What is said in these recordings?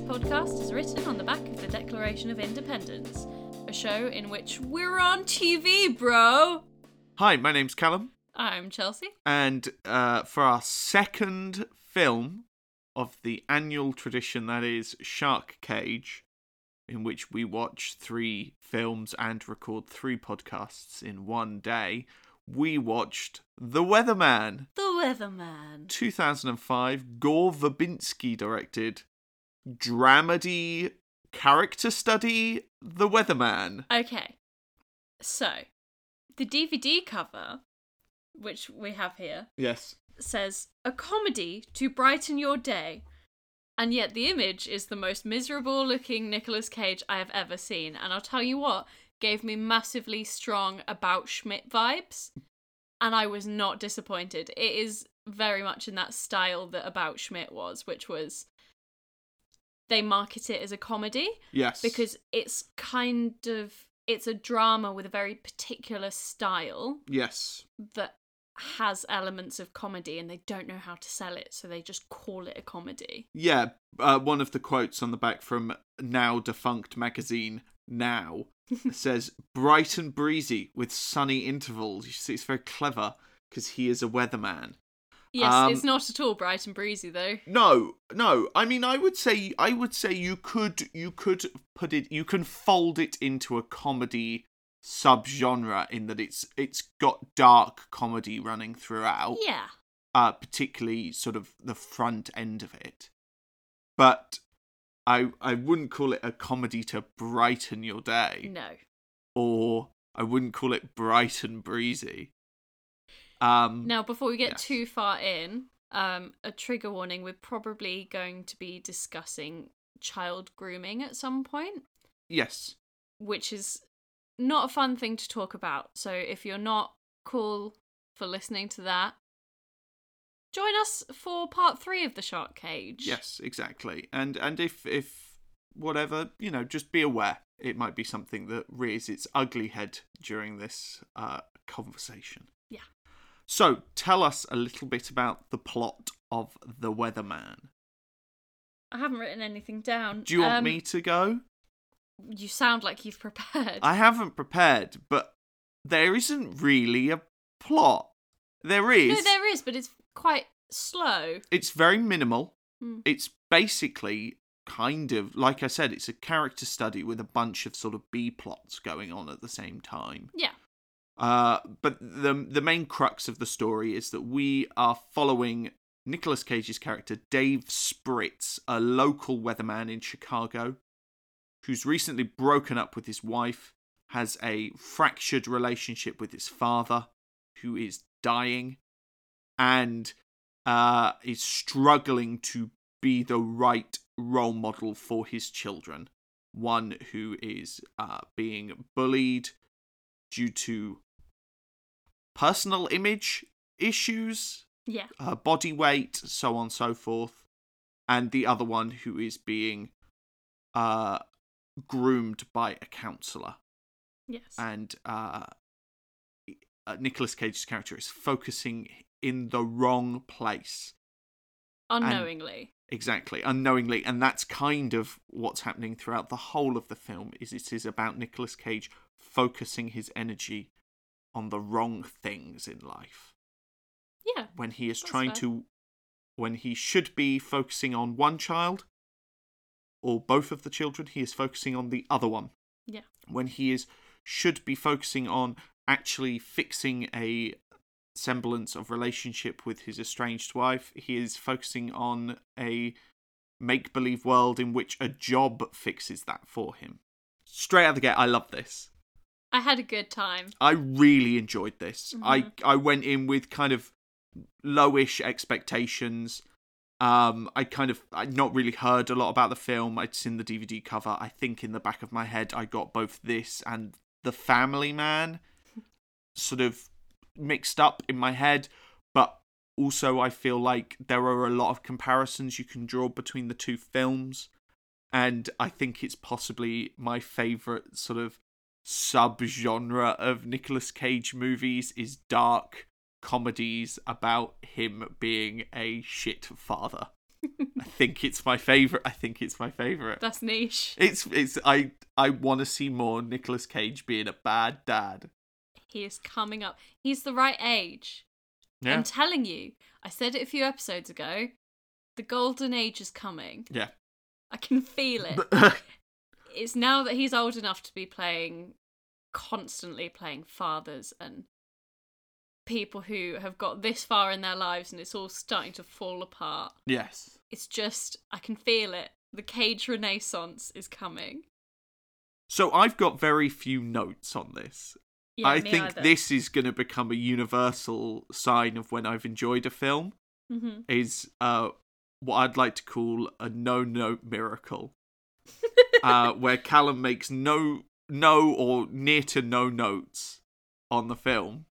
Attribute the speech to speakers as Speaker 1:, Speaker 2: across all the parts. Speaker 1: is written on the back of the Declaration of Independence, a show in which we're on TV, bro.
Speaker 2: Hi, my name's Callum,
Speaker 1: I'm Chelsea.
Speaker 2: and uh, for our second film of the annual tradition that is Shark Cage, in which we watch three films and record three podcasts in one day, we watched The Weatherman,
Speaker 1: The Weatherman.
Speaker 2: 2005, Gore Verbinski directed dramedy character study The Weatherman.
Speaker 1: Okay, so the DVD cover, which we have here,
Speaker 2: Yes.
Speaker 1: says a comedy to brighten your day. And yet the image is the most miserable looking Nicolas Cage I have ever seen. And I'll tell you what, gave me massively strong about Schmidt vibes. And I was not disappointed. It is very much in that style that About Schmidt was, which was they market it as a comedy
Speaker 2: Yes.
Speaker 1: because it's kind of it's a drama with a very particular style
Speaker 2: Yes.
Speaker 1: that has elements of comedy and they don't know how to sell it, so they just call it a comedy.
Speaker 2: Yeah, uh, one of the quotes on the back from now defunct magazine Now says bright and breezy with sunny intervals. You see, it's very clever because he is a weatherman.
Speaker 1: Yes,
Speaker 2: Um,
Speaker 1: it's not at all bright and breezy though.
Speaker 2: No, no. I mean, I would say, I would say you could, you could put it, you can fold it into a comedy subgenre in that it's it's got dark comedy running throughout.
Speaker 1: Yeah.
Speaker 2: uh, particularly sort of the front end of it. But I I wouldn't call it a comedy to brighten your day,
Speaker 1: No.
Speaker 2: or I wouldn't call it bright and breezy. Um,
Speaker 1: Now, before we get
Speaker 2: Yes.
Speaker 1: too far in, um, a trigger warning we're probably going to be discussing child grooming at some point,
Speaker 2: yes,
Speaker 1: which is not a fun thing to talk about. So if you're not cool for listening to that, join us for part three of The Shark Cage.
Speaker 2: yes, exactly. And and if if whatever you know, just be aware it might be something that rears its ugly head during this uh, conversation.
Speaker 1: Yeah.
Speaker 2: So tell us a little bit about the plot of The Weatherman.
Speaker 1: I haven't written anything down.
Speaker 2: Do you want
Speaker 1: Um,
Speaker 2: me to go?
Speaker 1: You sound like you've prepared.
Speaker 2: I haven't prepared, but there isn't really a plot. There is.
Speaker 1: No, there is, but it's quite slow.
Speaker 2: It's very minimal.
Speaker 1: Hmm.
Speaker 2: It's basically kind of, like I said, it's a character study with a bunch of sort of B plots going on at the same time.
Speaker 1: Yeah.
Speaker 2: Uh, but the the main crux of the story is that we are following Nicolas Cage's character Dave Spritz, a local weatherman in Chicago, who's recently broken up with his wife, has a fractured relationship with his father, who is dying, and uh, is struggling to be the right role model for his children. One who is uh, being bullied due to personal image issues,
Speaker 1: Yeah.
Speaker 2: her body weight, so on so forth, and the other one who is being uh, groomed by a counselor.
Speaker 1: Yes.
Speaker 2: And uh, Nicholas Cage's character is focusing in the wrong place.
Speaker 1: Unknowingly.
Speaker 2: Exactly, unknowingly, and that's kind of what's happening throughout the whole of the film. Is it is about Nicolas Cage focusing his energy on the wrong things in life
Speaker 1: yeah.
Speaker 2: when he is
Speaker 1: That's
Speaker 2: trying
Speaker 1: fair.
Speaker 2: to, when he should be focusing on one child or both of the children, he is focusing on the other one.
Speaker 1: Yeah.
Speaker 2: When he is should be focusing on actually fixing a semblance of relationship with his estranged wife, he is focusing on a make believe world in which a job fixes that for him. Straight out the gate, I love this.
Speaker 1: I had a good time.
Speaker 2: I really enjoyed this. I I went in with kind of lowish expectations. Um, I kind of I'd not really heard a lot about the film. I'd seen the DVD cover. I think in the back of my head, I got both this and The Family Man, sort of mixed up in my head. But also, I feel like there are a lot of comparisons you can draw between the two films, and I think it's possibly my favorite sort of subgenre of Nicolas Cage movies is dark comedies about him being a shit father. I think it's my favorite. I think it's my favorite.
Speaker 1: That's niche.
Speaker 2: It's it's I I want to see more Nicolas Cage being a bad dad.
Speaker 1: He is coming up. He's the right age.
Speaker 2: Yeah.
Speaker 1: I'm telling you. I said it a few episodes ago. The golden age is coming.
Speaker 2: yeah.
Speaker 1: I can feel it.
Speaker 2: But-
Speaker 1: it's now that he's old enough to be playing constantly playing fathers and people who have got this far in their lives and it's all starting to fall apart.
Speaker 2: yes.
Speaker 1: It's just I can feel it. The cage renaissance is coming.
Speaker 2: So I've got very few notes on this.
Speaker 1: Yeah,
Speaker 2: I
Speaker 1: me
Speaker 2: think
Speaker 1: either.
Speaker 2: this is going to become a universal sign of when I've enjoyed a film
Speaker 1: Mhm.
Speaker 2: is uh, what I'd like to call a no-note miracle, uh, where Callum makes no, no or near to no notes on the film.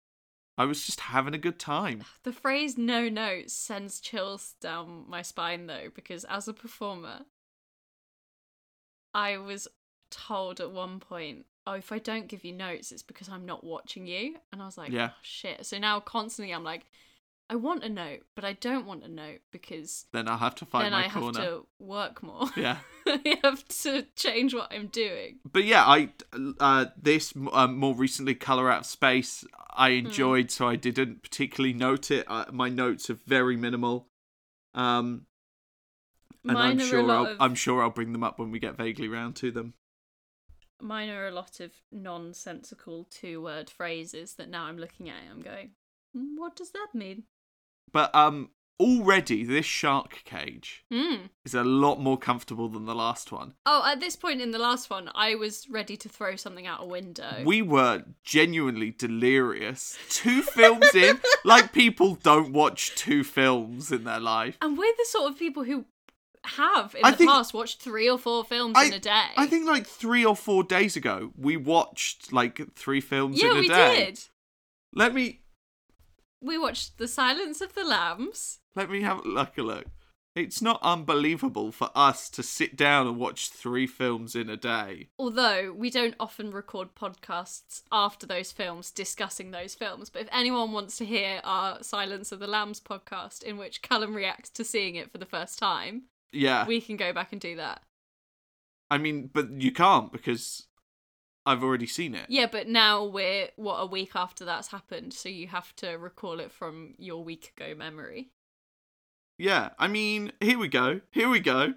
Speaker 2: I was just having a good time.
Speaker 1: The phrase no notes sends chills down my spine though, because as a performer, I was told at one point, oh, if I don't give you notes, it's because I'm not watching you. And I was like,
Speaker 2: Yeah.
Speaker 1: oh, shit. So now constantly I'm like, I want a note, but I don't want a note because
Speaker 2: Then I'll have to find
Speaker 1: then
Speaker 2: my
Speaker 1: I
Speaker 2: corner.
Speaker 1: have to work more.
Speaker 2: Yeah.
Speaker 1: I have to change what I'm doing.
Speaker 2: but yeah, I uh, this um, more recently, Color Out of Space, I
Speaker 1: Hmm.
Speaker 2: enjoyed, so I didn't particularly note it. Uh, my notes are very minimal, um, and
Speaker 1: Mine
Speaker 2: I'm
Speaker 1: are a
Speaker 2: sure
Speaker 1: lot
Speaker 2: I'll,
Speaker 1: of-
Speaker 2: I'm sure I'll bring them up when we get vaguely round to them.
Speaker 1: mine are a lot of nonsensical two word phrases that now I'm looking at it, I'm going, "Mm, what does that mean?
Speaker 2: But um, already this shark cage
Speaker 1: Mm.
Speaker 2: is a lot more comfortable than the last one.
Speaker 1: Oh, at this point in the last one, I was ready to throw something out a window.
Speaker 2: We were genuinely delirious. Two films in, like people don't watch two films in their life.
Speaker 1: and we're the sort of people who have in
Speaker 2: I
Speaker 1: the
Speaker 2: think-
Speaker 1: past watched three or four films in a day.
Speaker 2: I think like three or four days ago, we watched like three films
Speaker 1: yeah,
Speaker 2: in a
Speaker 1: we
Speaker 2: day.
Speaker 1: did.
Speaker 2: Let me
Speaker 1: We watched The Silence of the Lambs.
Speaker 2: let me have a look a look. It's not unbelievable for us to sit down and watch three films in a day.
Speaker 1: Although we don't often record podcasts after those films discussing those films, but if anyone wants to hear our Silence of the Lambs podcast, in which Callum reacts to seeing it for the first time,
Speaker 2: Yeah.
Speaker 1: we can go back and do that.
Speaker 2: I mean, but you can't because I've already seen it.
Speaker 1: Yeah, but now we're, what, a week after that's happened, so you have to recall it from your week ago memory.
Speaker 2: Yeah. I mean, here we go. Here we go.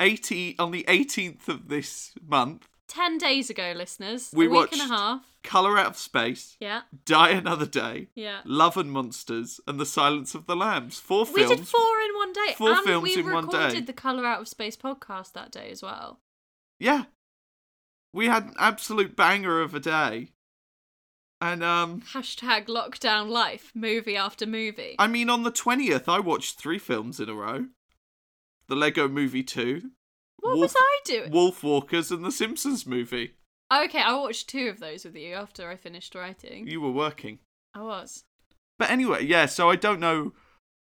Speaker 2: 80 on the 18th of this month,
Speaker 1: 10 days ago, listeners,
Speaker 2: We
Speaker 1: a week and
Speaker 2: watched-
Speaker 1: a half.
Speaker 2: Color Out of Space,
Speaker 1: Yeah,
Speaker 2: Die Another Day,
Speaker 1: yeah.
Speaker 2: Love and Monsters, and The Silence of the Lambs. Four
Speaker 1: We
Speaker 2: films.
Speaker 1: did four in one day,
Speaker 2: Four
Speaker 1: and
Speaker 2: films
Speaker 1: we
Speaker 2: in one
Speaker 1: recorded
Speaker 2: day.
Speaker 1: the Colour Out of Space podcast that day as well.
Speaker 2: yeah we had an absolute banger of a day and um
Speaker 1: Hashtag lockdown life, movie after movie.
Speaker 2: i mean on the 20th i watched three films in a row the lego movie 2
Speaker 1: what
Speaker 2: Wolf-
Speaker 1: was I doing?
Speaker 2: wolf walkers and the simpsons movie
Speaker 1: okay, I watched two of those with you after I finished writing.
Speaker 2: you were working
Speaker 1: I was.
Speaker 2: but anyway yeah so i don't know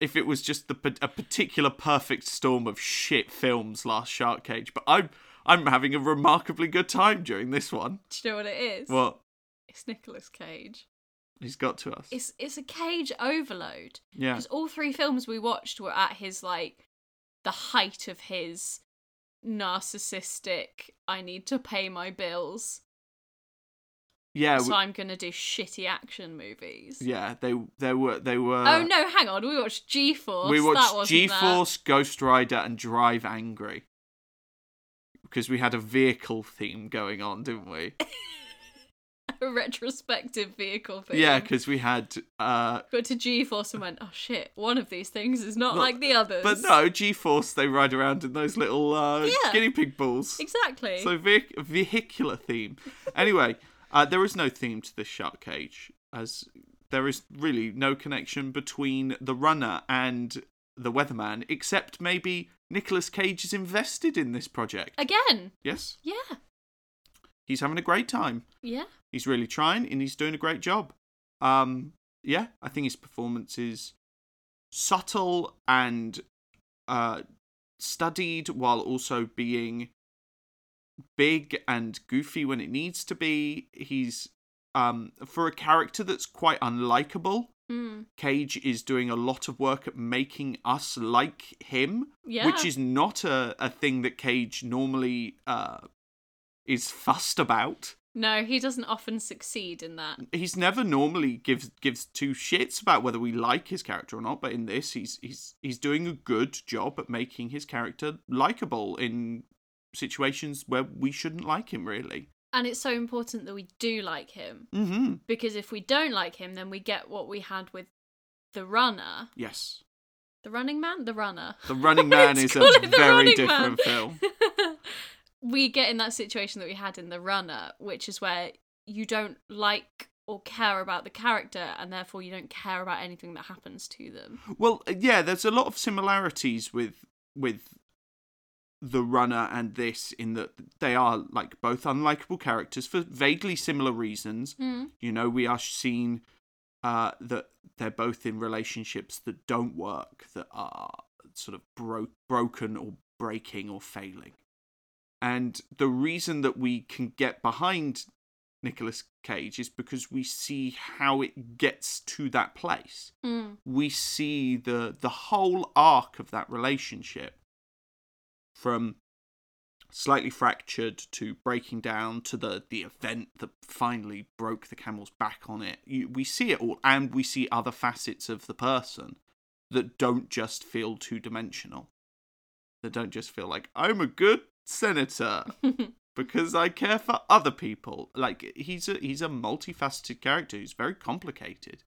Speaker 2: if it was just the pa- a particular perfect storm of shit films last shark cage but i'm i'm having a remarkably good time during this one
Speaker 1: Do you know what it is?
Speaker 2: well
Speaker 1: It's Nicolas Cage.
Speaker 2: he's got to us
Speaker 1: It's it's a Cage overload
Speaker 2: yeah
Speaker 1: because all three films we watched were at his like the height of his narcissistic. I need to pay my bills,
Speaker 2: yeah
Speaker 1: so
Speaker 2: we-
Speaker 1: I'm gonna do shitty action movies.
Speaker 2: yeah they they were they were
Speaker 1: oh no, hang on. We watched G Force.
Speaker 2: We
Speaker 1: that
Speaker 2: watched
Speaker 1: wasn't
Speaker 2: G
Speaker 1: that.
Speaker 2: Force, Ghost Rider, and Drive Angry. Because we had a vehicle theme going on, didn't we?
Speaker 1: a retrospective vehicle thing.
Speaker 2: Yeah, because we had. Uh,
Speaker 1: got to G Force and went, oh shit, one of these things is not
Speaker 2: Not-
Speaker 1: like the others.
Speaker 2: but no, G Force, they ride around in those little uh,
Speaker 1: Yeah.
Speaker 2: guinea pig balls.
Speaker 1: Exactly.
Speaker 2: So, vehic- vehicular theme. Anyway, uh, there is no theme to this shark cage, as there is really no connection between the runner and the weatherman, except maybe Nicolas Cage is invested in this project.
Speaker 1: Again.
Speaker 2: Yes,
Speaker 1: Yeah.
Speaker 2: he's having a great time.
Speaker 1: Yeah.
Speaker 2: he's really trying and he's doing a great job. Um, yeah, I think his performance is subtle and uh, studied while also being big and goofy when it needs to be. He's um, for a character that's quite unlikable.
Speaker 1: Mm.
Speaker 2: Cage is doing a lot of work at making us like him,
Speaker 1: Yeah.
Speaker 2: which is not a, a thing that Cage normally uh, is fussed about.
Speaker 1: No, he doesn't often succeed in that.
Speaker 2: He's never normally gives gives two shits about whether we like his character or not, but in this, he's he's he's doing a good job at making his character likable in situations where we shouldn't like him really.
Speaker 1: And it's so important that we do like him
Speaker 2: Mm-hmm.
Speaker 1: because if we don't like him, then we get what we had with the runner,
Speaker 2: Yes,
Speaker 1: the running man, the runner.
Speaker 2: The Running Man
Speaker 1: Let's
Speaker 2: is a
Speaker 1: call it The
Speaker 2: very
Speaker 1: Running
Speaker 2: different
Speaker 1: Man.
Speaker 2: film.
Speaker 1: we get in that situation that we had in The Runner, which is where you don't like or care about the character, and therefore you don't care about anything that happens to them.
Speaker 2: Well, uh, yeah, there's a lot of similarities with with the runner and this in that they are like both unlikable characters for vaguely similar reasons.
Speaker 1: Hmm.
Speaker 2: You know, we are seeing uh, that they're both in relationships that don't work, that are sort of bro- broken or breaking or failing. And the reason that we can get behind Nicolas Cage is because we see how it gets to that place
Speaker 1: Mm.
Speaker 2: we see the the whole arc of that relationship from slightly fractured to breaking down to the the event that finally broke the camel's back on it you, we see it all and we see other facets of the person that don't just feel two dimensional that don't just feel like i'm a good senator because i care for other people like he's a he's a multifaceted character who's very complicated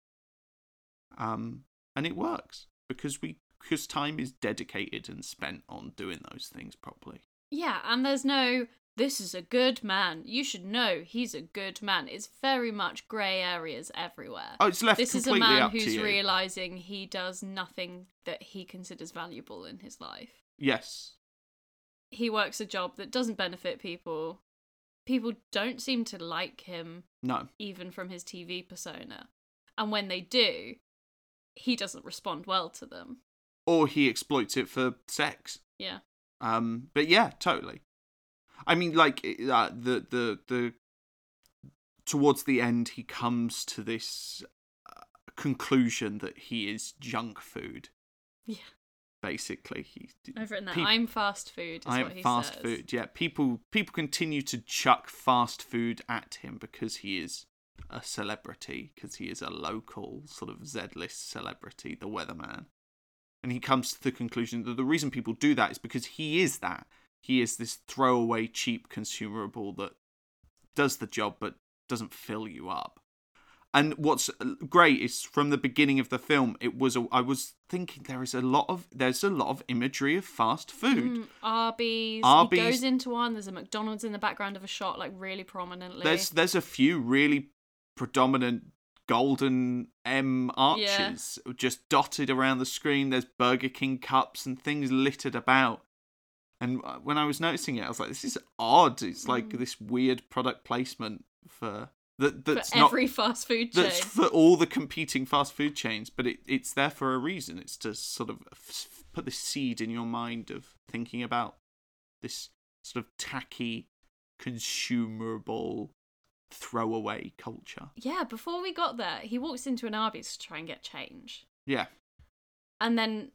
Speaker 2: um, and it works because we because time is dedicated and spent on doing those things properly.
Speaker 1: Yeah, and there's no, this is a good man. You should know he's a good man. It's very much grey areas everywhere.
Speaker 2: Oh, it's left
Speaker 1: this is a
Speaker 2: completely
Speaker 1: man
Speaker 2: up to
Speaker 1: who's
Speaker 2: you.
Speaker 1: realizing he does nothing that he considers valuable in his life.
Speaker 2: yes,
Speaker 1: he works a job that doesn't benefit people. People don't seem to like him,
Speaker 2: no,
Speaker 1: even from his TV persona. And when they do, he doesn't respond well to them.
Speaker 2: or he exploits it for sex.
Speaker 1: Yeah.
Speaker 2: Um, but yeah, totally. I mean, like it- uh, the the the towards the end, he comes to this uh, conclusion that he is junk food.
Speaker 1: Yeah.
Speaker 2: Basically, he
Speaker 1: I've written that.
Speaker 2: peop-
Speaker 1: I'm fast food, is
Speaker 2: I
Speaker 1: what
Speaker 2: am
Speaker 1: he
Speaker 2: fast
Speaker 1: says.
Speaker 2: food. Yeah, people people continue to chuck fast food at him because he is a celebrity, because he is a local sort of Z-list celebrity, the weatherman. And he comes to the conclusion that the reason people do that is because he is that. He is this throwaway, cheap consumable that does the job but doesn't fill you up. And what's uh, great is from the beginning of the film, it was a, I was thinking there is a lot of there's a lot of imagery of fast food.
Speaker 1: Mm, Arby's.
Speaker 2: Arby's-
Speaker 1: He goes into one. There's a McDonald's in the background of a shot, like really prominently.
Speaker 2: There's there's a few really predominant golden M arches just dotted around the screen. There's Burger King cups and things littered about. And uh, when I was noticing it, I was like, "This is odd. It's like
Speaker 1: Mm.
Speaker 2: this weird product placement for that
Speaker 1: for
Speaker 2: that's not
Speaker 1: every fast food chain.
Speaker 2: that's for all the competing fast food chains, but it, it's there for a reason. It's to sort of f- put the seed in your mind of thinking about this sort of tacky, consumerable, throwaway culture.
Speaker 1: Yeah, before we got there, he walks into an Arby's to try and get change.
Speaker 2: Yeah,
Speaker 1: and then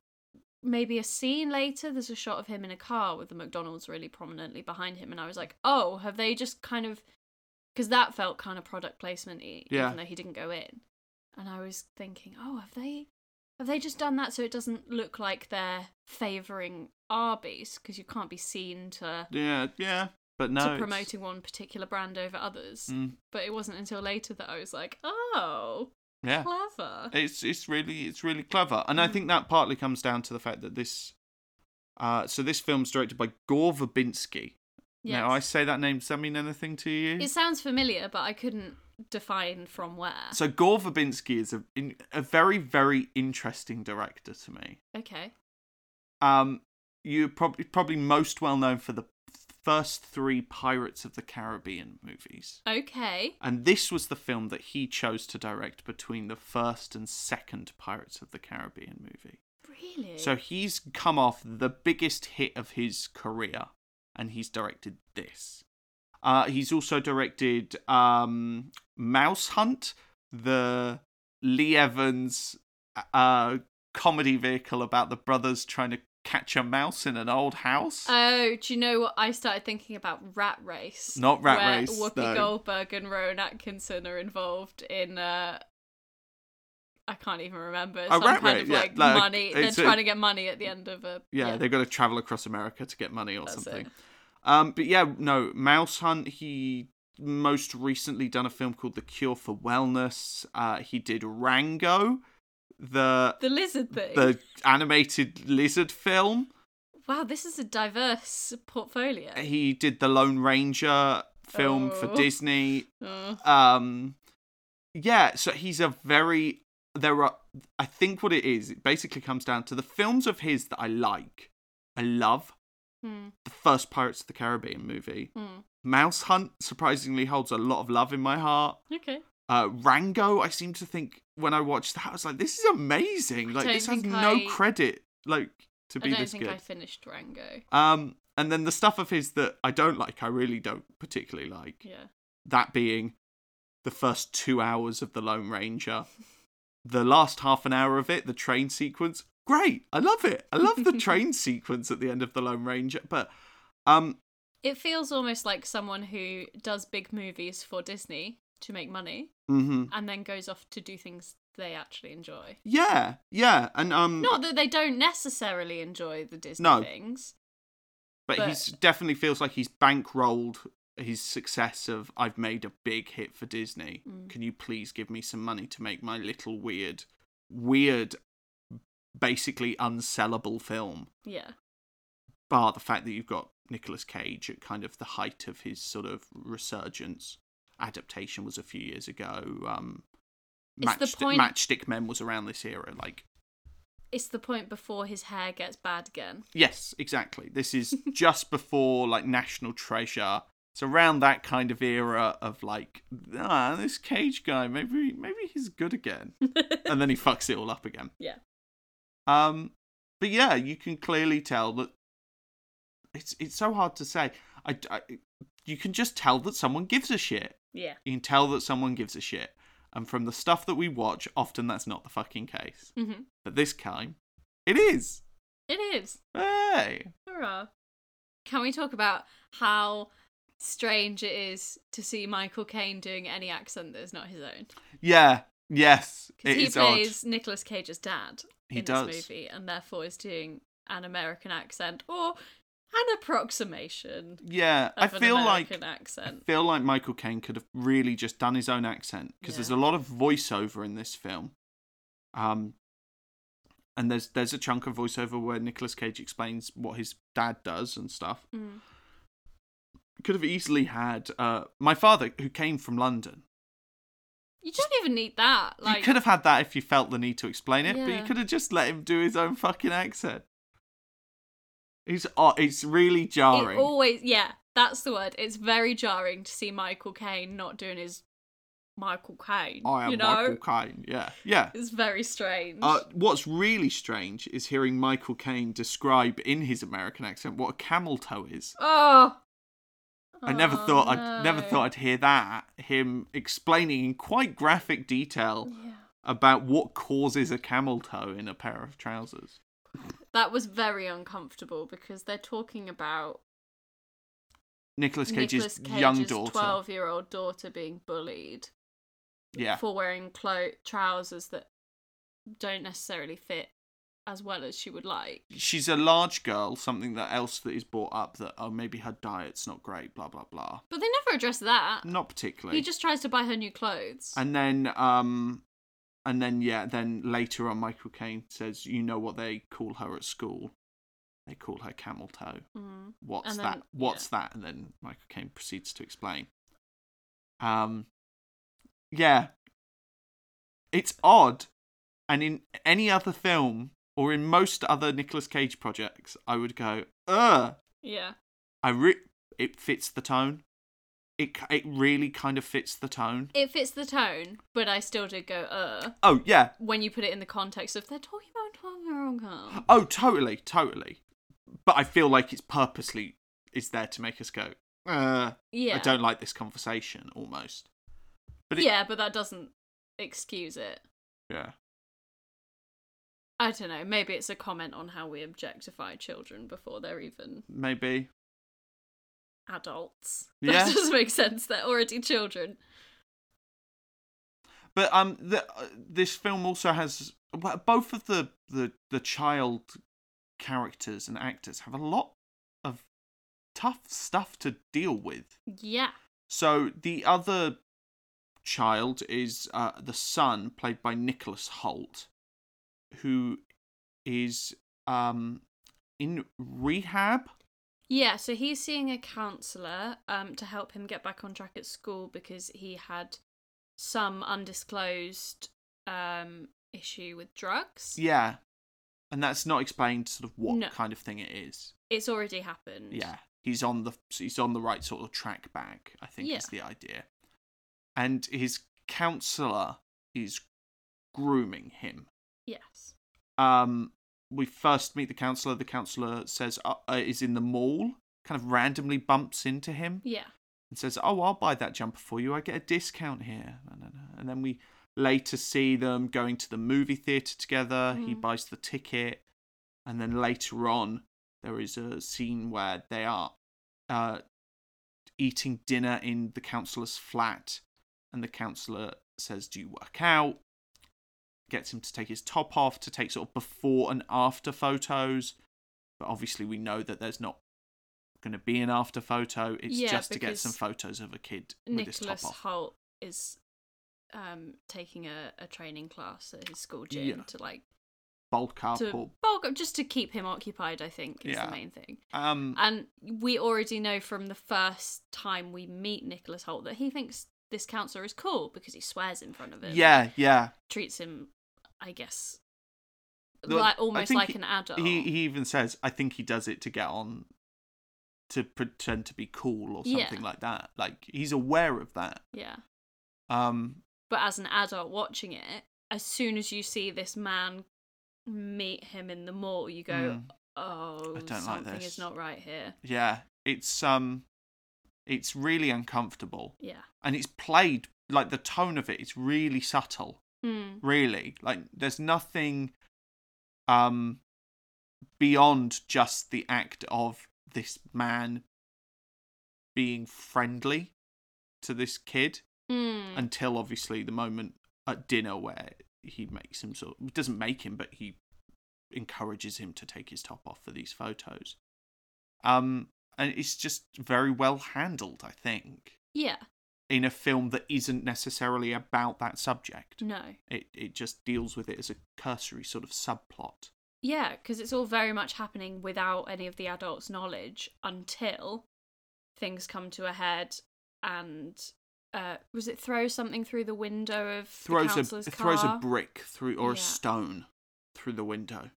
Speaker 1: maybe a scene later there's a shot of him in a car with the mcdonald's really prominently behind him and i was like oh have they just kind of because that felt kind of product placement y
Speaker 2: Yeah.
Speaker 1: even though he didn't go in and i was thinking oh have they have they just done that so it doesn't look like they're favouring arby's because you can't be seen to
Speaker 2: yeah, yeah. But no,
Speaker 1: to
Speaker 2: it's-
Speaker 1: promoting one particular brand over others
Speaker 2: Mm,
Speaker 1: but it wasn't until later that i was like oh
Speaker 2: yeah.
Speaker 1: clever
Speaker 2: It's it's really it's really clever,
Speaker 1: Mm.
Speaker 2: and I think that partly comes down to the fact that this. Uh, so this film's directed by Gore Verbinski. Now I
Speaker 1: Yes.
Speaker 2: say that name. Does that mean anything to you?
Speaker 1: It sounds familiar, but I couldn't define from where.
Speaker 2: So Gore Verbinski is a in, a very very interesting director to me.
Speaker 1: okay.
Speaker 2: Um, you're probably probably most well known for the first three Pirates of the Caribbean movies,
Speaker 1: Okay.
Speaker 2: and this was the film that he chose to direct between the first and second Pirates of the Caribbean movie.
Speaker 1: Really?
Speaker 2: So he's come off the biggest hit of his career, and he's directed this. Uh, he's also directed um, Mouse Hunt, the Lee Evans uh, comedy vehicle about the brothers trying to catch a mouse in an old house.
Speaker 1: Oh, do you know what I started thinking about? Rat Race.
Speaker 2: Not Rat
Speaker 1: where
Speaker 2: Race,
Speaker 1: Whoopi
Speaker 2: no.
Speaker 1: Goldberg and Rowan Atkinson are involved in. Uh, I can't even remember. Some
Speaker 2: Rat
Speaker 1: kind
Speaker 2: Race,
Speaker 1: of
Speaker 2: yeah,
Speaker 1: like,
Speaker 2: like,
Speaker 1: money. They're
Speaker 2: it's a-
Speaker 1: trying to get money at the end of a.
Speaker 2: yeah, they've got to travel across America to get money or
Speaker 1: That's it.
Speaker 2: something. Um, but yeah, no, Mouse Hunt. He most recently done a film called The Cure for Wellness. Uh, he did Rango, the
Speaker 1: The lizard thing.
Speaker 2: the animated lizard film.
Speaker 1: Wow, this is a diverse portfolio.
Speaker 2: He did the Lone Ranger film for
Speaker 1: Oh.
Speaker 2: Disney.
Speaker 1: Oh,
Speaker 2: um yeah so he's a very there are i think what it is it basically comes down to the films of his that i like i love
Speaker 1: hmm,
Speaker 2: the first pirates of the caribbean movie
Speaker 1: hmm.
Speaker 2: mouse hunt surprisingly holds a lot of love in my heart
Speaker 1: Okay.
Speaker 2: uh rango i seem to think when i watched that i was like this is amazing like
Speaker 1: don't
Speaker 2: this has
Speaker 1: think
Speaker 2: no
Speaker 1: I-
Speaker 2: credit like to
Speaker 1: I
Speaker 2: be
Speaker 1: don't
Speaker 2: this
Speaker 1: think
Speaker 2: good
Speaker 1: I finished Rango.
Speaker 2: um and then the stuff of his that i don't like i really don't particularly like
Speaker 1: Yeah.
Speaker 2: that being the first two hours of The Lone Ranger. The last half an hour of it, the train sequence, great. I love it. I love the train sequence at the end of The Lone Ranger. But um
Speaker 1: It feels almost like someone who does big movies for Disney to make money
Speaker 2: mhm.
Speaker 1: and then goes off to do things they actually enjoy.
Speaker 2: yeah, yeah. And um
Speaker 1: Not that they don't necessarily enjoy the Disney
Speaker 2: No.
Speaker 1: things.
Speaker 2: but,
Speaker 1: but-
Speaker 2: he's definitely feels like he's bankrolled his success of I've made a big hit for Disney.
Speaker 1: Mm.
Speaker 2: Can you please give me some money to make my little weird weird basically unsellable film?
Speaker 1: Yeah.
Speaker 2: bar the fact that you've got Nicolas Cage at kind of the height of his sort of resurgence. Adaptation was a few years ago. Um,
Speaker 1: It's the
Speaker 2: Matchst-
Speaker 1: point-
Speaker 2: Matchstick Men was around this era. Like,
Speaker 1: It's the point before his hair gets bad again.
Speaker 2: yes, exactly. This is just before like National Treasure. It's around that kind of era of like, ah, this Cage guy, maybe maybe he's good again, and then he fucks it all up again.
Speaker 1: Yeah.
Speaker 2: Um, but yeah, you can clearly tell that it's it's so hard to say. I, I you can just tell that someone gives a shit.
Speaker 1: Yeah.
Speaker 2: You can tell that someone gives a shit, and from the stuff that we watch, often that's not the fucking case.
Speaker 1: hmm
Speaker 2: But this time, it is.
Speaker 1: It is.
Speaker 2: Hey,
Speaker 1: Hurrah. Can we talk about how strange it is to see Michael Caine doing any accent that is not his own?
Speaker 2: yeah, yes,
Speaker 1: Because
Speaker 2: it
Speaker 1: he
Speaker 2: is odd.
Speaker 1: plays Nicolas Cage's dad
Speaker 2: He
Speaker 1: in
Speaker 2: does.
Speaker 1: this movie and therefore is doing an American accent or an approximation
Speaker 2: Yeah, I
Speaker 1: of an
Speaker 2: feel like
Speaker 1: American accent.
Speaker 2: feel like Michael Caine could have really just done his own accent because
Speaker 1: Yeah.
Speaker 2: there's a lot of voiceover in this film. Um, and there's there's a chunk of voiceover where Nicolas Cage explains what his dad does and stuff.
Speaker 1: Mm.
Speaker 2: Could have easily had uh, my father, who came from London.
Speaker 1: You don't even need that. Like,
Speaker 2: you could have had that if you felt the need to explain it, but you
Speaker 1: Yeah.
Speaker 2: could have just let him do his own fucking accent. It's odd. It's really jarring.
Speaker 1: It always, yeah, that's the word. It's very jarring to see Michael Caine not doing his Michael Caine.
Speaker 2: I am
Speaker 1: you know,
Speaker 2: Michael Caine. Yeah, yeah.
Speaker 1: it's very strange.
Speaker 2: Uh, what's really strange is hearing Michael Caine describe in his American accent what a camel toe is.
Speaker 1: oh,
Speaker 2: I never
Speaker 1: Oh,
Speaker 2: thought I'd never
Speaker 1: no.
Speaker 2: thought I'd hear that him explaining in quite graphic detail
Speaker 1: Yeah.
Speaker 2: about what causes a camel toe in a pair of trousers.
Speaker 1: That was very uncomfortable because they're talking about
Speaker 2: Nicholas Cage's,
Speaker 1: Nicolas Cage's
Speaker 2: young daughter.
Speaker 1: twelve-year-old daughter being bullied
Speaker 2: Yeah,
Speaker 1: for wearing clo- trousers that don't necessarily fit as well as she would like.
Speaker 2: she's a large girl. Something that else that is brought up that oh maybe her diet's not great. Blah blah blah.
Speaker 1: But they never address that.
Speaker 2: Not particularly.
Speaker 1: He just tries to buy her new clothes.
Speaker 2: And then, um, and then yeah, then later on, Michael Caine says, "You know what they call her at school? They call her Camel Toe.
Speaker 1: Mm.
Speaker 2: What's
Speaker 1: And
Speaker 2: that?
Speaker 1: then-
Speaker 2: What's that?" And then Michael Caine proceeds to explain. Um, yeah, it's odd, and in any other film or in most other Nicolas Cage projects, I would go, "Ugh,
Speaker 1: Yeah.
Speaker 2: I re- it fits the tone." It, it really kind of fits the tone.
Speaker 1: it fits the tone, but I still did go, uh,
Speaker 2: Oh, yeah.
Speaker 1: when you put it in the context of they're talking about 12 year old girl.
Speaker 2: Oh, totally, totally. But I feel like it's purposely is there to make us go, uh,
Speaker 1: Yeah.
Speaker 2: I don't like this conversation almost. But it,
Speaker 1: yeah, but that doesn't excuse it.
Speaker 2: Yeah.
Speaker 1: I don't know. Maybe it's a comment on how we objectify children before they're even
Speaker 2: Maybe.
Speaker 1: adults.
Speaker 2: Yeah.
Speaker 1: That doesn't make sense. They're already children.
Speaker 2: But um, the, uh, this film also has well, both of the, the the child characters and actors have a lot of tough stuff to deal with.
Speaker 1: Yeah.
Speaker 2: So the other child is uh, the son, played by Nicholas Holt, who is um in rehab.
Speaker 1: Yeah, so he's seeing a counsellor um, to help him get back on track at school because he had some undisclosed um, issue with drugs.
Speaker 2: Yeah, and that's not explained sort of what
Speaker 1: No.
Speaker 2: kind of thing it is.
Speaker 1: It's already happened.
Speaker 2: Yeah, he's on the he's on the right sort of track back. I think is the idea, and his counselor is grooming him.
Speaker 1: Yes.
Speaker 2: Um, we first meet the counselor. The counselor says uh, uh, is in the mall, kind of randomly bumps into him
Speaker 1: Yeah.
Speaker 2: and says, "Oh, I'll buy that jumper for you. I get a discount here." No, no, no. And then we later see them going to the movie theater together. He
Speaker 1: Mm.
Speaker 2: buys the ticket, and then later on, there is a scene where they are uh, eating dinner in the counselor's flat, and the counselor says, "Do you work out?" Gets him to take his top off to take sort of before and after photos, but obviously we know that there's not going to be an after photo. It's
Speaker 1: Yeah,
Speaker 2: just to get some
Speaker 1: because
Speaker 2: photos of a kid with his
Speaker 1: Nicholas
Speaker 2: top off.
Speaker 1: Holt is um, taking a, a training class at his school gym
Speaker 2: Yeah.
Speaker 1: to like
Speaker 2: bulk up
Speaker 1: to
Speaker 2: or
Speaker 1: bulk up just to keep him occupied, I think, is
Speaker 2: Yeah.
Speaker 1: the main thing.
Speaker 2: um
Speaker 1: And we already know from the first time we meet Nicholas Holt that he thinks this counselor is cool because he swears in front of him.
Speaker 2: yeah yeah
Speaker 1: Treats him, I guess,
Speaker 2: Well,
Speaker 1: like
Speaker 2: I
Speaker 1: almost
Speaker 2: think
Speaker 1: like
Speaker 2: he-
Speaker 1: an adult.
Speaker 2: he he even says i think he does it to get on to pretend to be cool or
Speaker 1: Yeah.
Speaker 2: something like that like he's aware of that
Speaker 1: Yeah.
Speaker 2: um
Speaker 1: But as an adult watching it, as soon as you see this man meet him in the mall, you go,
Speaker 2: mm,
Speaker 1: oh,
Speaker 2: I don't like
Speaker 1: something
Speaker 2: this.
Speaker 1: is not right here.
Speaker 2: yeah it's um it's really uncomfortable
Speaker 1: Yeah.
Speaker 2: and it's played like the tone of it is really subtle
Speaker 1: Hmm.
Speaker 2: really like there's nothing um beyond just the act of this man being friendly to this kid
Speaker 1: Hmm.
Speaker 2: until obviously the moment at dinner where he makes him sort of, doesn't make him but he encourages him to take his top off for these photos um and it's just very well handled i think
Speaker 1: yeah.
Speaker 2: in a film that isn't necessarily about that subject
Speaker 1: No.
Speaker 2: it it just deals with it as a cursory sort of subplot.
Speaker 1: Yeah, because it's all very much happening without any of the adults' knowledge until things come to a head and. Uh, was it throw something through the window of the
Speaker 2: Throws a
Speaker 1: councillor's
Speaker 2: throws a
Speaker 1: car?
Speaker 2: brick through or a
Speaker 1: Yeah.
Speaker 2: stone through the window.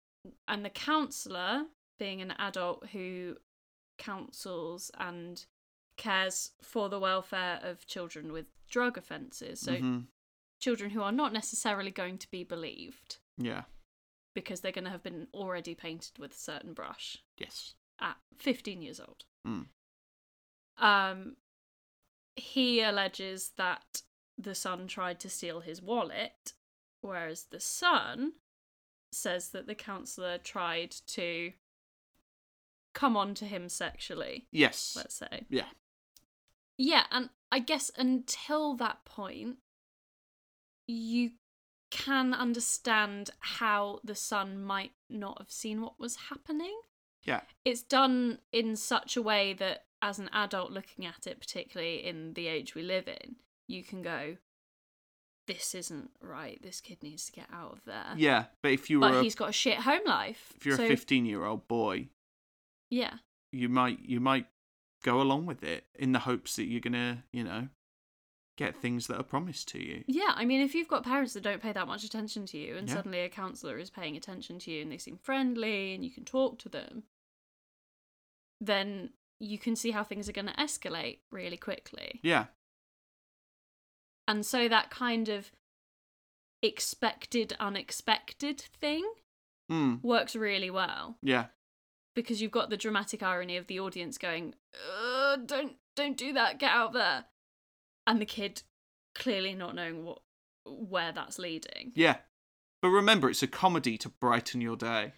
Speaker 1: and the counselor being an adult who counsels and cares for the welfare of children with drug offences so
Speaker 2: Mhm.
Speaker 1: children who are not necessarily going to be believed
Speaker 2: yeah,
Speaker 1: because they're going to have been already painted with a certain brush
Speaker 2: yes,
Speaker 1: at 15 years old
Speaker 2: Mm.
Speaker 1: um he alleges that the son tried to steal his wallet whereas the son says that the counselor tried to come on to him sexually
Speaker 2: yes,
Speaker 1: let's say
Speaker 2: yeah,
Speaker 1: yeah and i guess until that point you can understand how the son might not have seen what was happening
Speaker 2: yeah,
Speaker 1: it's done in such a way that as an adult looking at it particularly in the age we live in you can go this isn't right this kid needs to get out of there
Speaker 2: yeah. But if you were
Speaker 1: Uh, but
Speaker 2: a,
Speaker 1: he's got a shit home life
Speaker 2: if you're
Speaker 1: so
Speaker 2: a fifteen year old boy,
Speaker 1: yeah
Speaker 2: you might you might go along with it in the hopes that you're gonna you know get things that are promised to you.
Speaker 1: yeah i mean if you've got parents that don't pay that much attention to you and
Speaker 2: Yeah.
Speaker 1: suddenly a counselor is paying attention to you and they seem friendly and you can talk to them then you can see how things are going to escalate really quickly
Speaker 2: Yeah,
Speaker 1: And so that kind of expected, unexpected thing
Speaker 2: mm.
Speaker 1: works really well
Speaker 2: yeah,
Speaker 1: because you've got the dramatic irony of the audience going, "Uh, "Don't, don't do that! Get out of there!" and the kid clearly not knowing what where that's leading.
Speaker 2: yeah. But remember, it's a comedy to brighten your day.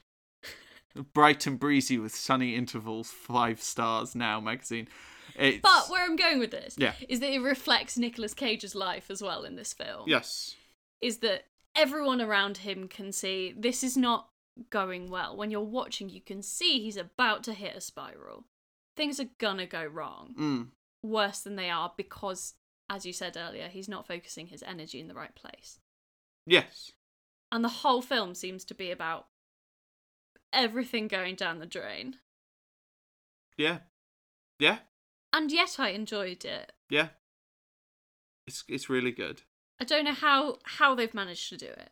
Speaker 2: Bright and breezy with sunny intervals, five stars now magazine. It's,
Speaker 1: But where I'm going with this
Speaker 2: Yeah.
Speaker 1: is that it reflects Nicolas Cage's life as well in this film.
Speaker 2: yes,
Speaker 1: Is that everyone around him can see this is not going well. When you're watching, you can see he's about to hit a spiral. Things are gonna go wrong,
Speaker 2: mm.
Speaker 1: worse than they are because, as you said earlier, he's not focusing his energy in the right place.
Speaker 2: yes,
Speaker 1: And the whole film seems to be about everything going down the drain.
Speaker 2: yeah, yeah,
Speaker 1: And yet I enjoyed it.
Speaker 2: yeah. It's it's really good.
Speaker 1: I don't know how how they've managed to do it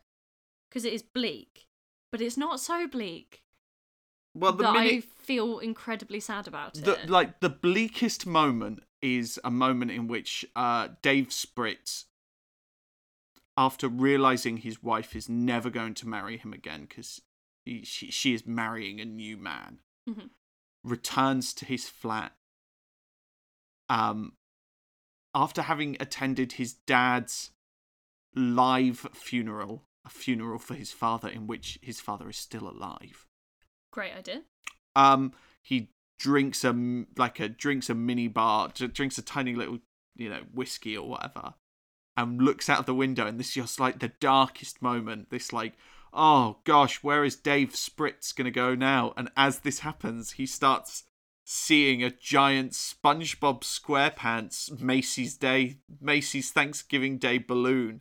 Speaker 1: because it is bleak, but it's not so bleak
Speaker 2: Well, the
Speaker 1: that I
Speaker 2: minute
Speaker 1: feel incredibly sad about
Speaker 2: the,
Speaker 1: it.
Speaker 2: like the bleakest moment is a moment in which uh, Dave Spritz, after realizing his wife is never going to marry him again because she she is marrying a new man,
Speaker 1: Mhm.
Speaker 2: returns to his flat. Um, after having attended his dad's live funeral, a funeral for his father in which his father is still alive
Speaker 1: Great idea.
Speaker 2: um he drinks a m- like a drinks a mini bar j- drinks a tiny little you know whiskey or whatever and looks out of the window and this is just like the darkest moment this like oh gosh where is dave spritz gonna go now and as this happens he starts seeing a giant spongebob squarepants macy's day macy's thanksgiving day balloon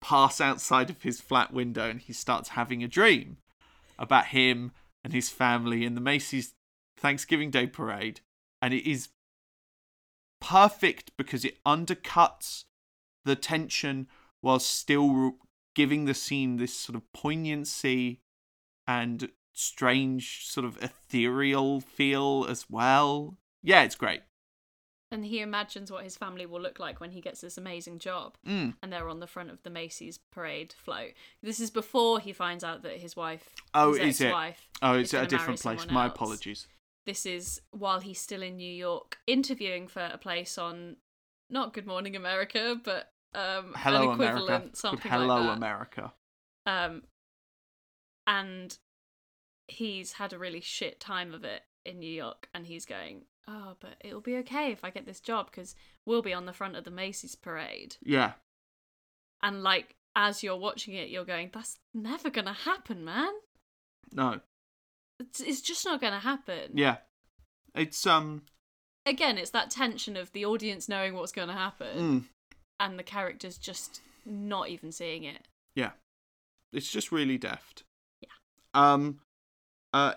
Speaker 2: pass outside of his flat window and he starts having a dream about him and his family in the Macy's Thanksgiving Day parade. And it is perfect because it undercuts the tension while still giving the scene this sort of poignancy and strange, sort of ethereal feel as well. Yeah, it's great.
Speaker 1: And he imagines what his family will look like when he gets this amazing job,
Speaker 2: Mm.
Speaker 1: and they're on the front of the Macy's parade float. This is before he finds out that his wife,
Speaker 2: Oh,
Speaker 1: his
Speaker 2: is it?
Speaker 1: ex-wife,
Speaker 2: Oh,
Speaker 1: is
Speaker 2: it's at
Speaker 1: gonna
Speaker 2: a
Speaker 1: marry
Speaker 2: different place.
Speaker 1: someone
Speaker 2: My
Speaker 1: else.
Speaker 2: apologies.
Speaker 1: This is while he's still in New York interviewing for a place on, not Good Morning America, but um,
Speaker 2: Hello,
Speaker 1: an equivalent,
Speaker 2: America.
Speaker 1: something
Speaker 2: Hello,
Speaker 1: like that.
Speaker 2: America.
Speaker 1: Um, and he's had a really shit time of it in New York, and he's going, "Oh, but it'll be okay if I get this job because we'll be on the front of the Macy's parade."
Speaker 2: Yeah.
Speaker 1: And like, as you're watching it, you're going, "That's never gonna happen, man.
Speaker 2: No.
Speaker 1: It's, it's just not gonna happen."
Speaker 2: Yeah. It's um.
Speaker 1: Again, it's that tension of the audience knowing what's gonna happen
Speaker 2: mm.
Speaker 1: and the characters just not even seeing it.
Speaker 2: Yeah. It's just really deft.
Speaker 1: Yeah.
Speaker 2: Um uh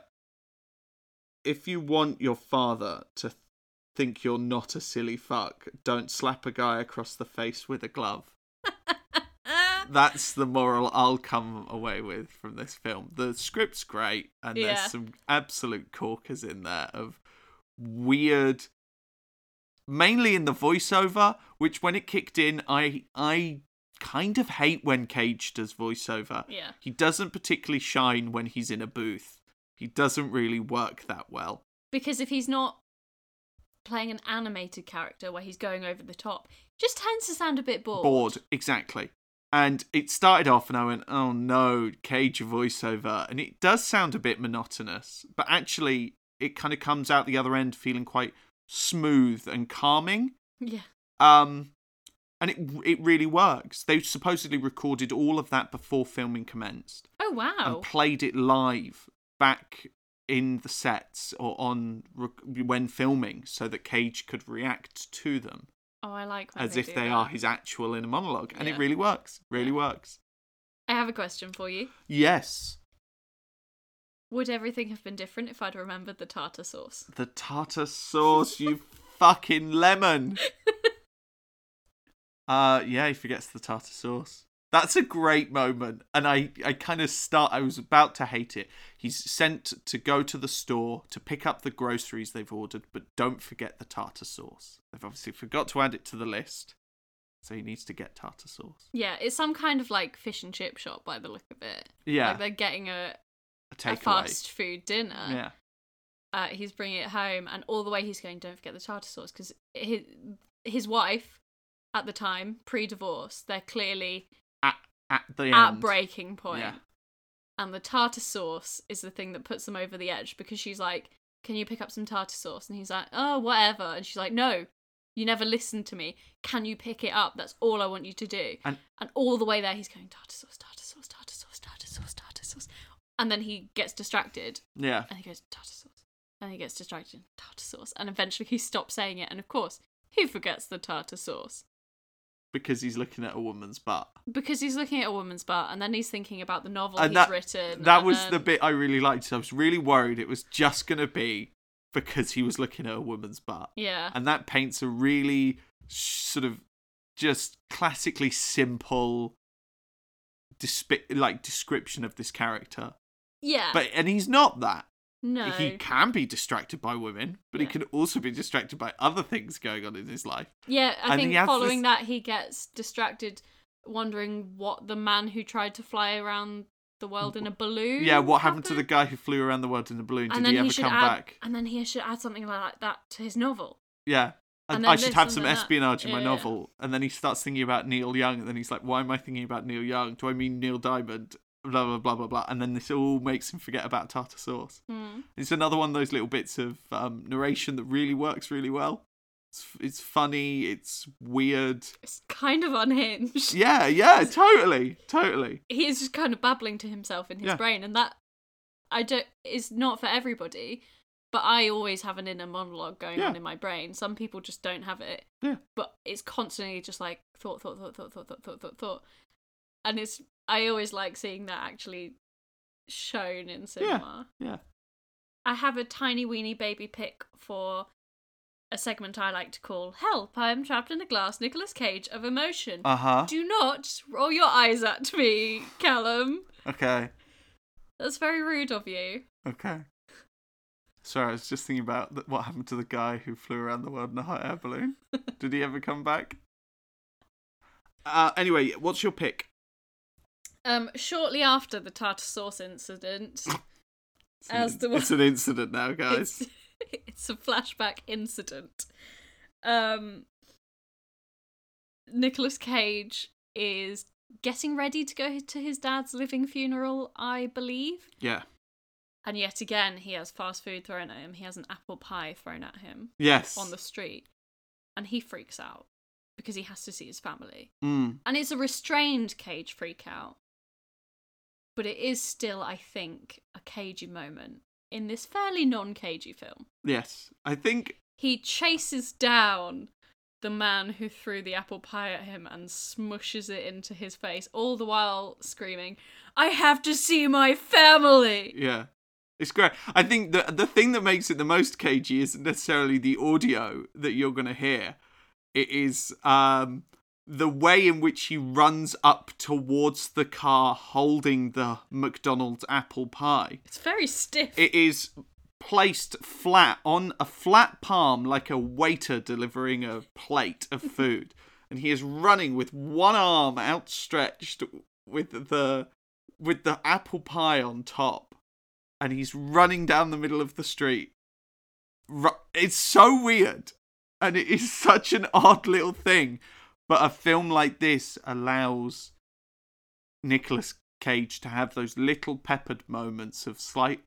Speaker 2: if you want your father to th- think you're not a silly fuck, don't slap a guy across the face with a glove. That's the moral I'll come away with from this film. The script's great and
Speaker 1: Yeah.
Speaker 2: there's some absolute corkers in there of weird mainly in the voiceover, which when it kicked in, I I kind of hate when Cage does voiceover.
Speaker 1: Yeah.
Speaker 2: He doesn't particularly shine when he's in a booth. He doesn't really work that well.
Speaker 1: because if he's not playing an animated character where he's going over the top, it just tends to sound a bit bored.
Speaker 2: Bored, exactly. And it started off, and I went, "Oh no, Cage voiceover," and it does sound a bit monotonous, but actually, it kind of comes out the other end feeling quite smooth and calming.
Speaker 1: Yeah,
Speaker 2: Um, and it it really works. They supposedly recorded all of that before filming commenced
Speaker 1: Oh wow.
Speaker 2: and played it live back in the sets or on rec- when filming, so that Cage could react to them
Speaker 1: oh, I like when
Speaker 2: as if
Speaker 1: do
Speaker 2: they
Speaker 1: that.
Speaker 2: are his actual inner monologue, and
Speaker 1: Yeah.
Speaker 2: it really works. Really
Speaker 1: Yeah.
Speaker 2: works.
Speaker 1: I have a question for you.
Speaker 2: Yes,
Speaker 1: Would everything have been different if I'd remembered the tartar sauce?
Speaker 2: the tartar sauce, you fucking lemon. Uh, yeah, he forgets the tartar sauce. That's a great moment, and I, I kind of start. I was about to hate it. He's sent to go to the store to pick up the groceries they've ordered, but don't forget the tartar sauce. They've obviously forgot to add it to the list, so he needs to get tartar sauce.
Speaker 1: Yeah, it's some kind of like fish and chip shop by the look of it.
Speaker 2: Yeah,
Speaker 1: Like they're getting a,
Speaker 2: a
Speaker 1: a
Speaker 2: takeaway.
Speaker 1: fast food dinner.
Speaker 2: Yeah,
Speaker 1: Uh, he's bringing it home, and all the way he's going, don't forget the tartar sauce, because his, his wife at the time, pre divorce, they're clearly
Speaker 2: at at the
Speaker 1: at
Speaker 2: end.
Speaker 1: breaking point.
Speaker 2: Yeah.
Speaker 1: and the tartar sauce is the thing that puts them over the edge because she's like, "Can you pick up some tartar sauce?" And he's like, "Oh, whatever." And she's like, "No, you never listen to me. Can you pick it up? That's all I want you to do."
Speaker 2: And-
Speaker 1: all the way there, he's going tartar sauce, tartar sauce, tartar sauce, tartar sauce, tartar sauce, and then he gets distracted
Speaker 2: Yeah.
Speaker 1: and he goes tartar sauce, and he gets distracted tartar sauce, and eventually he stops saying it, and of course he forgets the tartar sauce
Speaker 2: Because he's looking at a woman's butt.
Speaker 1: because he's looking at a woman's butt, and then he's thinking about the novel
Speaker 2: And
Speaker 1: he's
Speaker 2: that-
Speaker 1: written.
Speaker 2: That
Speaker 1: and
Speaker 2: was
Speaker 1: then-
Speaker 2: the bit I really liked. I was really worried it was just going to be because he was looking at a woman's butt.
Speaker 1: Yeah.
Speaker 2: And that paints a really sh- sort of just classically simple despi- like description of this character.
Speaker 1: Yeah.
Speaker 2: But and he's not that.
Speaker 1: no.
Speaker 2: He can be distracted by women, but he
Speaker 1: Yeah.
Speaker 2: can also be distracted by other things going on in his life.
Speaker 1: Yeah, I
Speaker 2: And
Speaker 1: think
Speaker 2: he has
Speaker 1: following
Speaker 2: this-
Speaker 1: that, he gets distracted, wondering what the man who tried to fly around the world in a balloon.
Speaker 2: Yeah, what happened to the guy who flew around the world in a balloon? Did
Speaker 1: and then
Speaker 2: he ever
Speaker 1: should
Speaker 2: come
Speaker 1: add,
Speaker 2: back?
Speaker 1: And then he should add something like that to his novel.
Speaker 2: Yeah. And,
Speaker 1: And
Speaker 2: I
Speaker 1: then
Speaker 2: should
Speaker 1: this
Speaker 2: have
Speaker 1: and
Speaker 2: some
Speaker 1: then that.
Speaker 2: espionage in my
Speaker 1: Yeah.
Speaker 2: novel. And then he starts thinking about Neil Young. And then he's like, why am I thinking about Neil Young? Do I mean Neil Diamond? Blah, blah, blah, blah, blah. And then this all makes him forget about tartar sauce.
Speaker 1: Hmm.
Speaker 2: It's another one of those little bits of um, narration that really works really well. It's, it's funny. It's weird.
Speaker 1: It's kind of unhinged.
Speaker 2: Yeah, yeah, totally. Totally.
Speaker 1: He is just kind of babbling to himself in his
Speaker 2: Yeah.
Speaker 1: brain, and that I don't is not for everybody. But I always have an inner monologue going
Speaker 2: Yeah.
Speaker 1: on in my brain. Some people just don't have it.
Speaker 2: Yeah.
Speaker 1: but it's constantly just like thought, thought, thought, thought, thought, thought, thought, thought, thought. And it's I always like seeing that actually shown in cinema.
Speaker 2: Yeah.
Speaker 1: I have a tiny weeny baby pick for a segment I like to call Help, I am trapped in a glass Nicolas Cage of emotion.
Speaker 2: Uh huh.
Speaker 1: Do not roll your eyes at me, Callum.
Speaker 2: Okay.
Speaker 1: That's very rude of you.
Speaker 2: Okay. Sorry, I was just thinking about th- what happened to the guy who flew around the world in a hot air balloon. Did he ever come back? Uh, anyway, what's your pick?
Speaker 1: Um, shortly after the tartar sauce incident,
Speaker 2: It's an
Speaker 1: As
Speaker 2: in-
Speaker 1: the one-
Speaker 2: it's an incident now, guys.
Speaker 1: it's, it's a flashback incident. Um, Nicholas Cage is getting ready to go to his dad's living funeral, I believe.
Speaker 2: Yeah.
Speaker 1: And yet again, he has fast food thrown at him. He has an apple pie thrown at him
Speaker 2: Yes.
Speaker 1: on the street, and he freaks out because he has to see his family.
Speaker 2: Mm.
Speaker 1: and it's a restrained cage freak out but it is still i think a cagey moment in this fairly non-cagey film
Speaker 2: Yes. I think.
Speaker 1: he chases down the man who threw the apple pie at him and smushes it into his face all the while screaming i have to see my family
Speaker 2: Yeah. It's great. I think the the thing that makes it the most cagey isn't necessarily the audio that you're gonna hear. It is um the way in which he runs up towards the car holding the McDonald's apple pie.
Speaker 1: it's very stiff
Speaker 2: It is placed flat on a flat palm like a waiter delivering a plate of food. and he is running with one arm outstretched with the with the apple pie on top. And he's running down the middle of the street. Ru- It's so weird. And it is such an odd little thing. But a film like this allows Nicolas Cage to have those little peppered moments of slight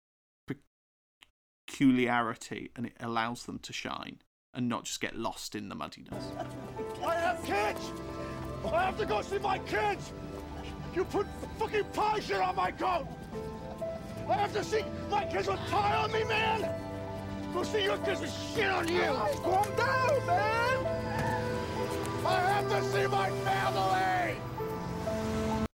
Speaker 2: peculiarity and it allows them to shine and not just get lost in the muddiness.
Speaker 3: I have kids! I have to go see my kids! You put fucking pie shit on my coat! I have to see my kids with pie on me, man! Go see your kids with shit on you! Calm down, man! I have to see my family!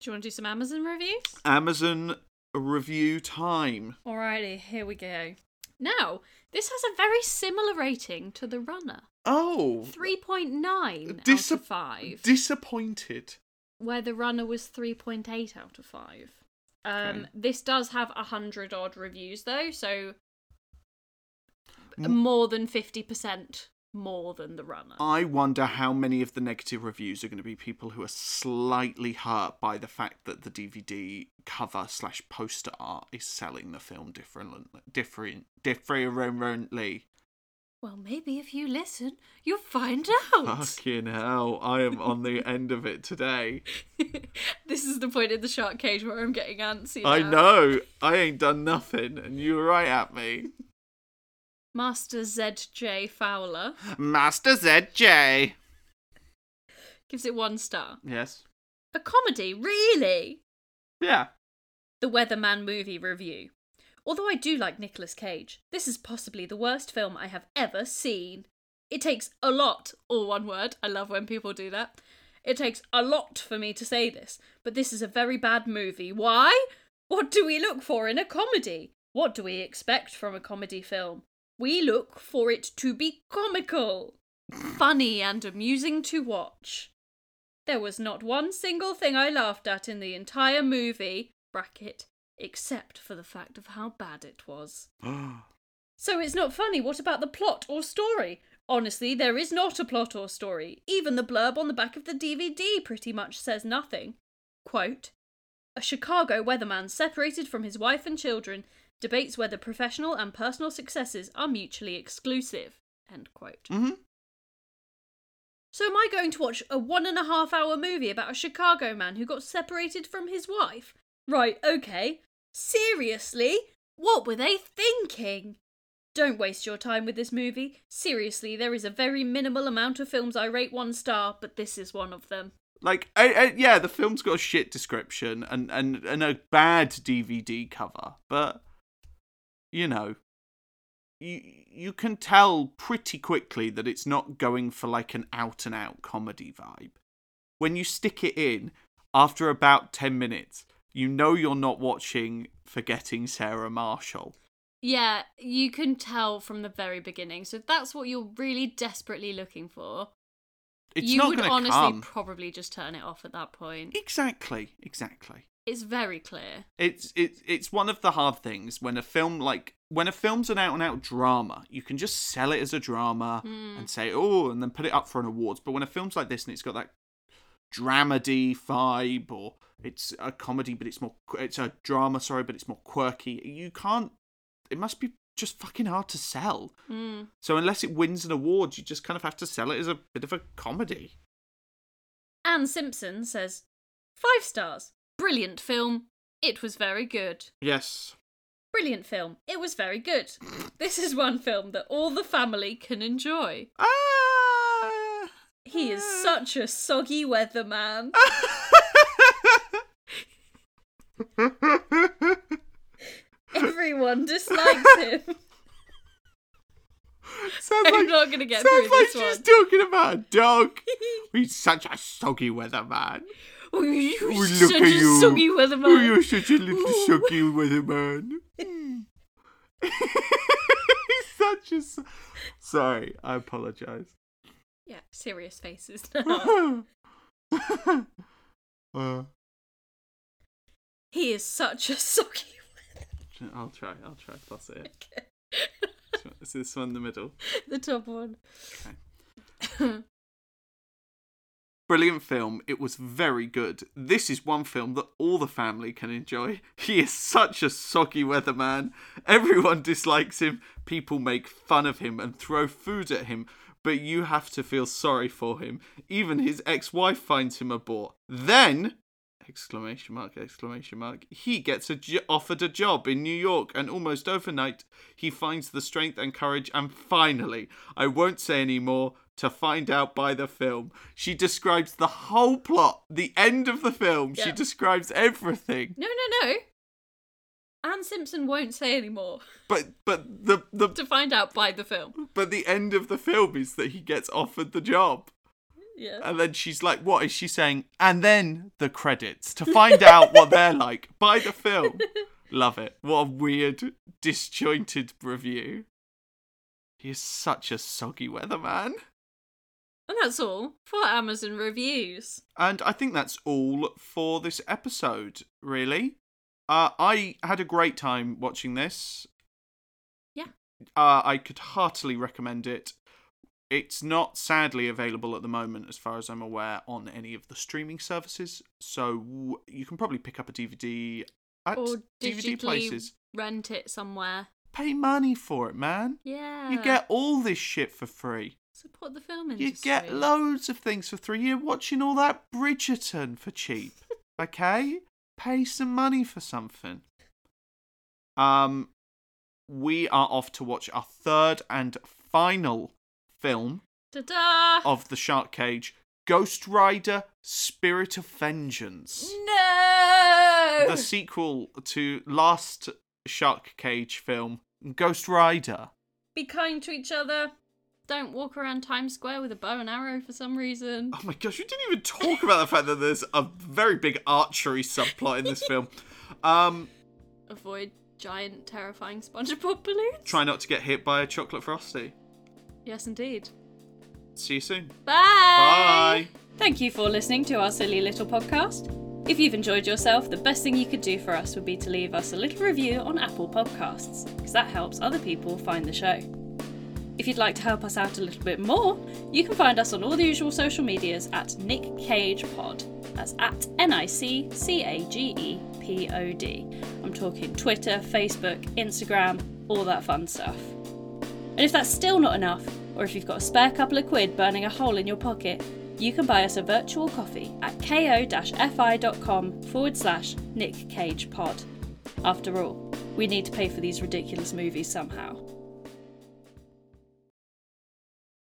Speaker 1: do you want to do some amazon reviews
Speaker 2: Amazon review time.
Speaker 1: alrighty here we go now this has a very similar rating to the runner
Speaker 2: Oh,
Speaker 1: 3.9
Speaker 2: Dis-
Speaker 1: out of 5
Speaker 2: disappointed.
Speaker 1: where the runner was 3.8 out of 5. Um,
Speaker 2: Okay.
Speaker 1: This does have 100 odd reviews though, so more than 50% more than the runner.
Speaker 2: I wonder how many of the negative reviews are going to be people who are slightly hurt by the fact that the DVD cover slash poster art is selling the film different, different, differently
Speaker 1: Well, maybe if you listen, you'll find out.
Speaker 2: Fucking hell, I am on the end of it today.
Speaker 1: this is the point in the shark cage where I'm getting antsy.
Speaker 2: I
Speaker 1: now.
Speaker 2: know, I ain't done nothing, and you're right at me.
Speaker 1: Master ZJ Fowler
Speaker 2: Master ZJ.
Speaker 1: gives it one star.
Speaker 2: Yes.
Speaker 1: A comedy, really?
Speaker 2: Yeah.
Speaker 1: The Weatherman movie review. Although I do like Nicolas Cage, this is possibly the worst film I have ever seen. It takes a lot, or one word, I love when people do that. It takes a lot for me to say this, but this is a very bad movie. Why? What do we look for in a comedy? What do we expect from a comedy film? We look for it to be comical, funny, and amusing to watch. There was not one single thing I laughed at in the entire movie, bracket, except for the fact of how bad it was.
Speaker 2: Mm-hmm.
Speaker 1: So it's not funny. What about the plot or story? Honestly, there is not a plot or story. Even the blurb on the back of the DVD pretty much says nothing. Quote A Chicago weatherman separated from his wife and children debates whether professional and personal successes are mutually exclusive. End quote.
Speaker 2: hmm
Speaker 1: So am I going to watch a one and a half hour movie about a Chicago man who got separated from his wife? Right, okay. Seriously? What were they thinking? Don't waste your time with this movie. Seriously, there is a very minimal amount of films I rate one star, but this is one of them.
Speaker 2: Like, I, I, yeah, the film's got a shit description and, and, and a bad DVD cover, but, you know, you, you can tell pretty quickly that it's not going for like an out and out comedy vibe. When you stick it in, after about 10 minutes, you know you're not watching Forgetting Sarah Marshall.
Speaker 1: Yeah, you can tell from the very beginning. So if that's what you're really desperately looking for,
Speaker 2: It's
Speaker 1: you
Speaker 2: not
Speaker 1: would
Speaker 2: going to
Speaker 1: honestly
Speaker 2: come.
Speaker 1: probably just turn it off at that point.
Speaker 2: exactly, exactly.
Speaker 1: It's very clear.
Speaker 2: It's it's it's one of the hard things when a film like when a film's an out and out drama, you can just sell it as a drama and say oh, and then put it up for an awards. But when a film's like this and it's got that dramedy vibe, or it's a comedy but it's more qu- it's a drama, sorry, but it's more quirky, you can't. It must be just fucking hard to sell. So unless it wins an award, you just kind of have to sell it as a bit of a comedy.
Speaker 1: Anne Simpson says, Five stars. Brilliant film. It was very good.
Speaker 2: Yes.
Speaker 1: Brilliant film. It was very good. This is one film that all the family can enjoy.
Speaker 2: Ah.
Speaker 1: He is such a soggy weatherman. Everyone dislikes him.
Speaker 2: Sounds
Speaker 1: I'm
Speaker 2: like-
Speaker 1: not going to get
Speaker 2: sounds
Speaker 1: through this
Speaker 2: like she's
Speaker 1: one.
Speaker 2: talking about a dog. He's such a soggy weatherman.
Speaker 1: Oh, you
Speaker 2: Oh,
Speaker 1: such a soggy weatherman.
Speaker 2: Oh, you're such a little
Speaker 1: Ooh.
Speaker 2: soggy weatherman. He's such a. so- Sorry, I apologise.
Speaker 1: Yeah, serious faces now.
Speaker 2: uh,
Speaker 1: he is such a soggy
Speaker 2: I'll try. I'll try. That's it.
Speaker 1: Okay.
Speaker 2: Is this one in the middle?
Speaker 1: The top one.
Speaker 2: Brilliant film. It was very good. This is one film that all the family can enjoy. He is such a soggy weatherman. Everyone dislikes him. People make fun of him and throw food at him, but you have to feel sorry for him. Even his ex-wife finds him a bore. Then exclamation mark exclamation mark he gets a jo- offered a job in new york and almost overnight he finds the strength and courage and finally i won't say any more to find out by the film she describes the whole plot the end of the film she
Speaker 1: Yeah.
Speaker 2: describes everything
Speaker 1: No, no, no. Anne Simpson won't say any more
Speaker 2: but but the the
Speaker 1: to find out by the film.
Speaker 2: but the end of the film is that he gets offered the job
Speaker 1: Yeah.
Speaker 2: and then she's like what is she saying and then the credits to find out what they're like by the film love it what a weird disjointed review he is such a soggy weatherman
Speaker 1: And that's all for Amazon reviews.
Speaker 2: and i think that's all for this episode really uh, i had a great time watching this
Speaker 1: Yeah.
Speaker 2: uh, i could heartily recommend it it's not sadly available at the moment, as far as I'm aware, on any of the streaming services. So you can probably pick up a DVD at
Speaker 1: or
Speaker 2: DVD
Speaker 1: digitally
Speaker 2: places.
Speaker 1: rent it somewhere.
Speaker 2: pay money for it, man.
Speaker 1: Yeah.
Speaker 2: You get all this shit for free.
Speaker 1: support the film
Speaker 2: You
Speaker 1: industry.
Speaker 2: get loads of things for free. You're watching all that Bridgerton for cheap. okay? Pay some money for something. Um we are off to watch our third and final film
Speaker 1: Ta-da!
Speaker 2: of the Shark Cage, Ghost Rider Spirit of Vengeance.
Speaker 1: No.
Speaker 2: The sequel to last Shark Cage film, Ghost Rider.
Speaker 1: Be kind to each other. Don't walk around Times Square with a bow and arrow for some reason.
Speaker 2: Oh my gosh, you didn't even talk about the fact that there's a very big archery subplot in this film. Um,
Speaker 1: Avoid giant, terrifying SpongeBob balloons.
Speaker 2: try not to get hit by a chocolate frosty.
Speaker 1: Yes, indeed.
Speaker 2: See you soon.
Speaker 1: Bye.
Speaker 2: Bye.
Speaker 1: Thank you for listening to our silly little podcast. If you've enjoyed yourself, the best thing you could do for us would be to leave us a little review on Apple Podcasts, because that helps other people find the show. If you'd like to help us out a little bit more, you can find us on all the usual social medias at Nick Cage Pod. That's at N I C C A G E P O D. I'm talking Twitter, Facebook, Instagram, all that fun stuff. And if that's still not enough, or if you've got a spare couple of quid burning a hole in your pocket, you can buy us a virtual coffee at ko-fi.com forward slash Nick Cage Pod. After all, we need to pay for these ridiculous movies somehow.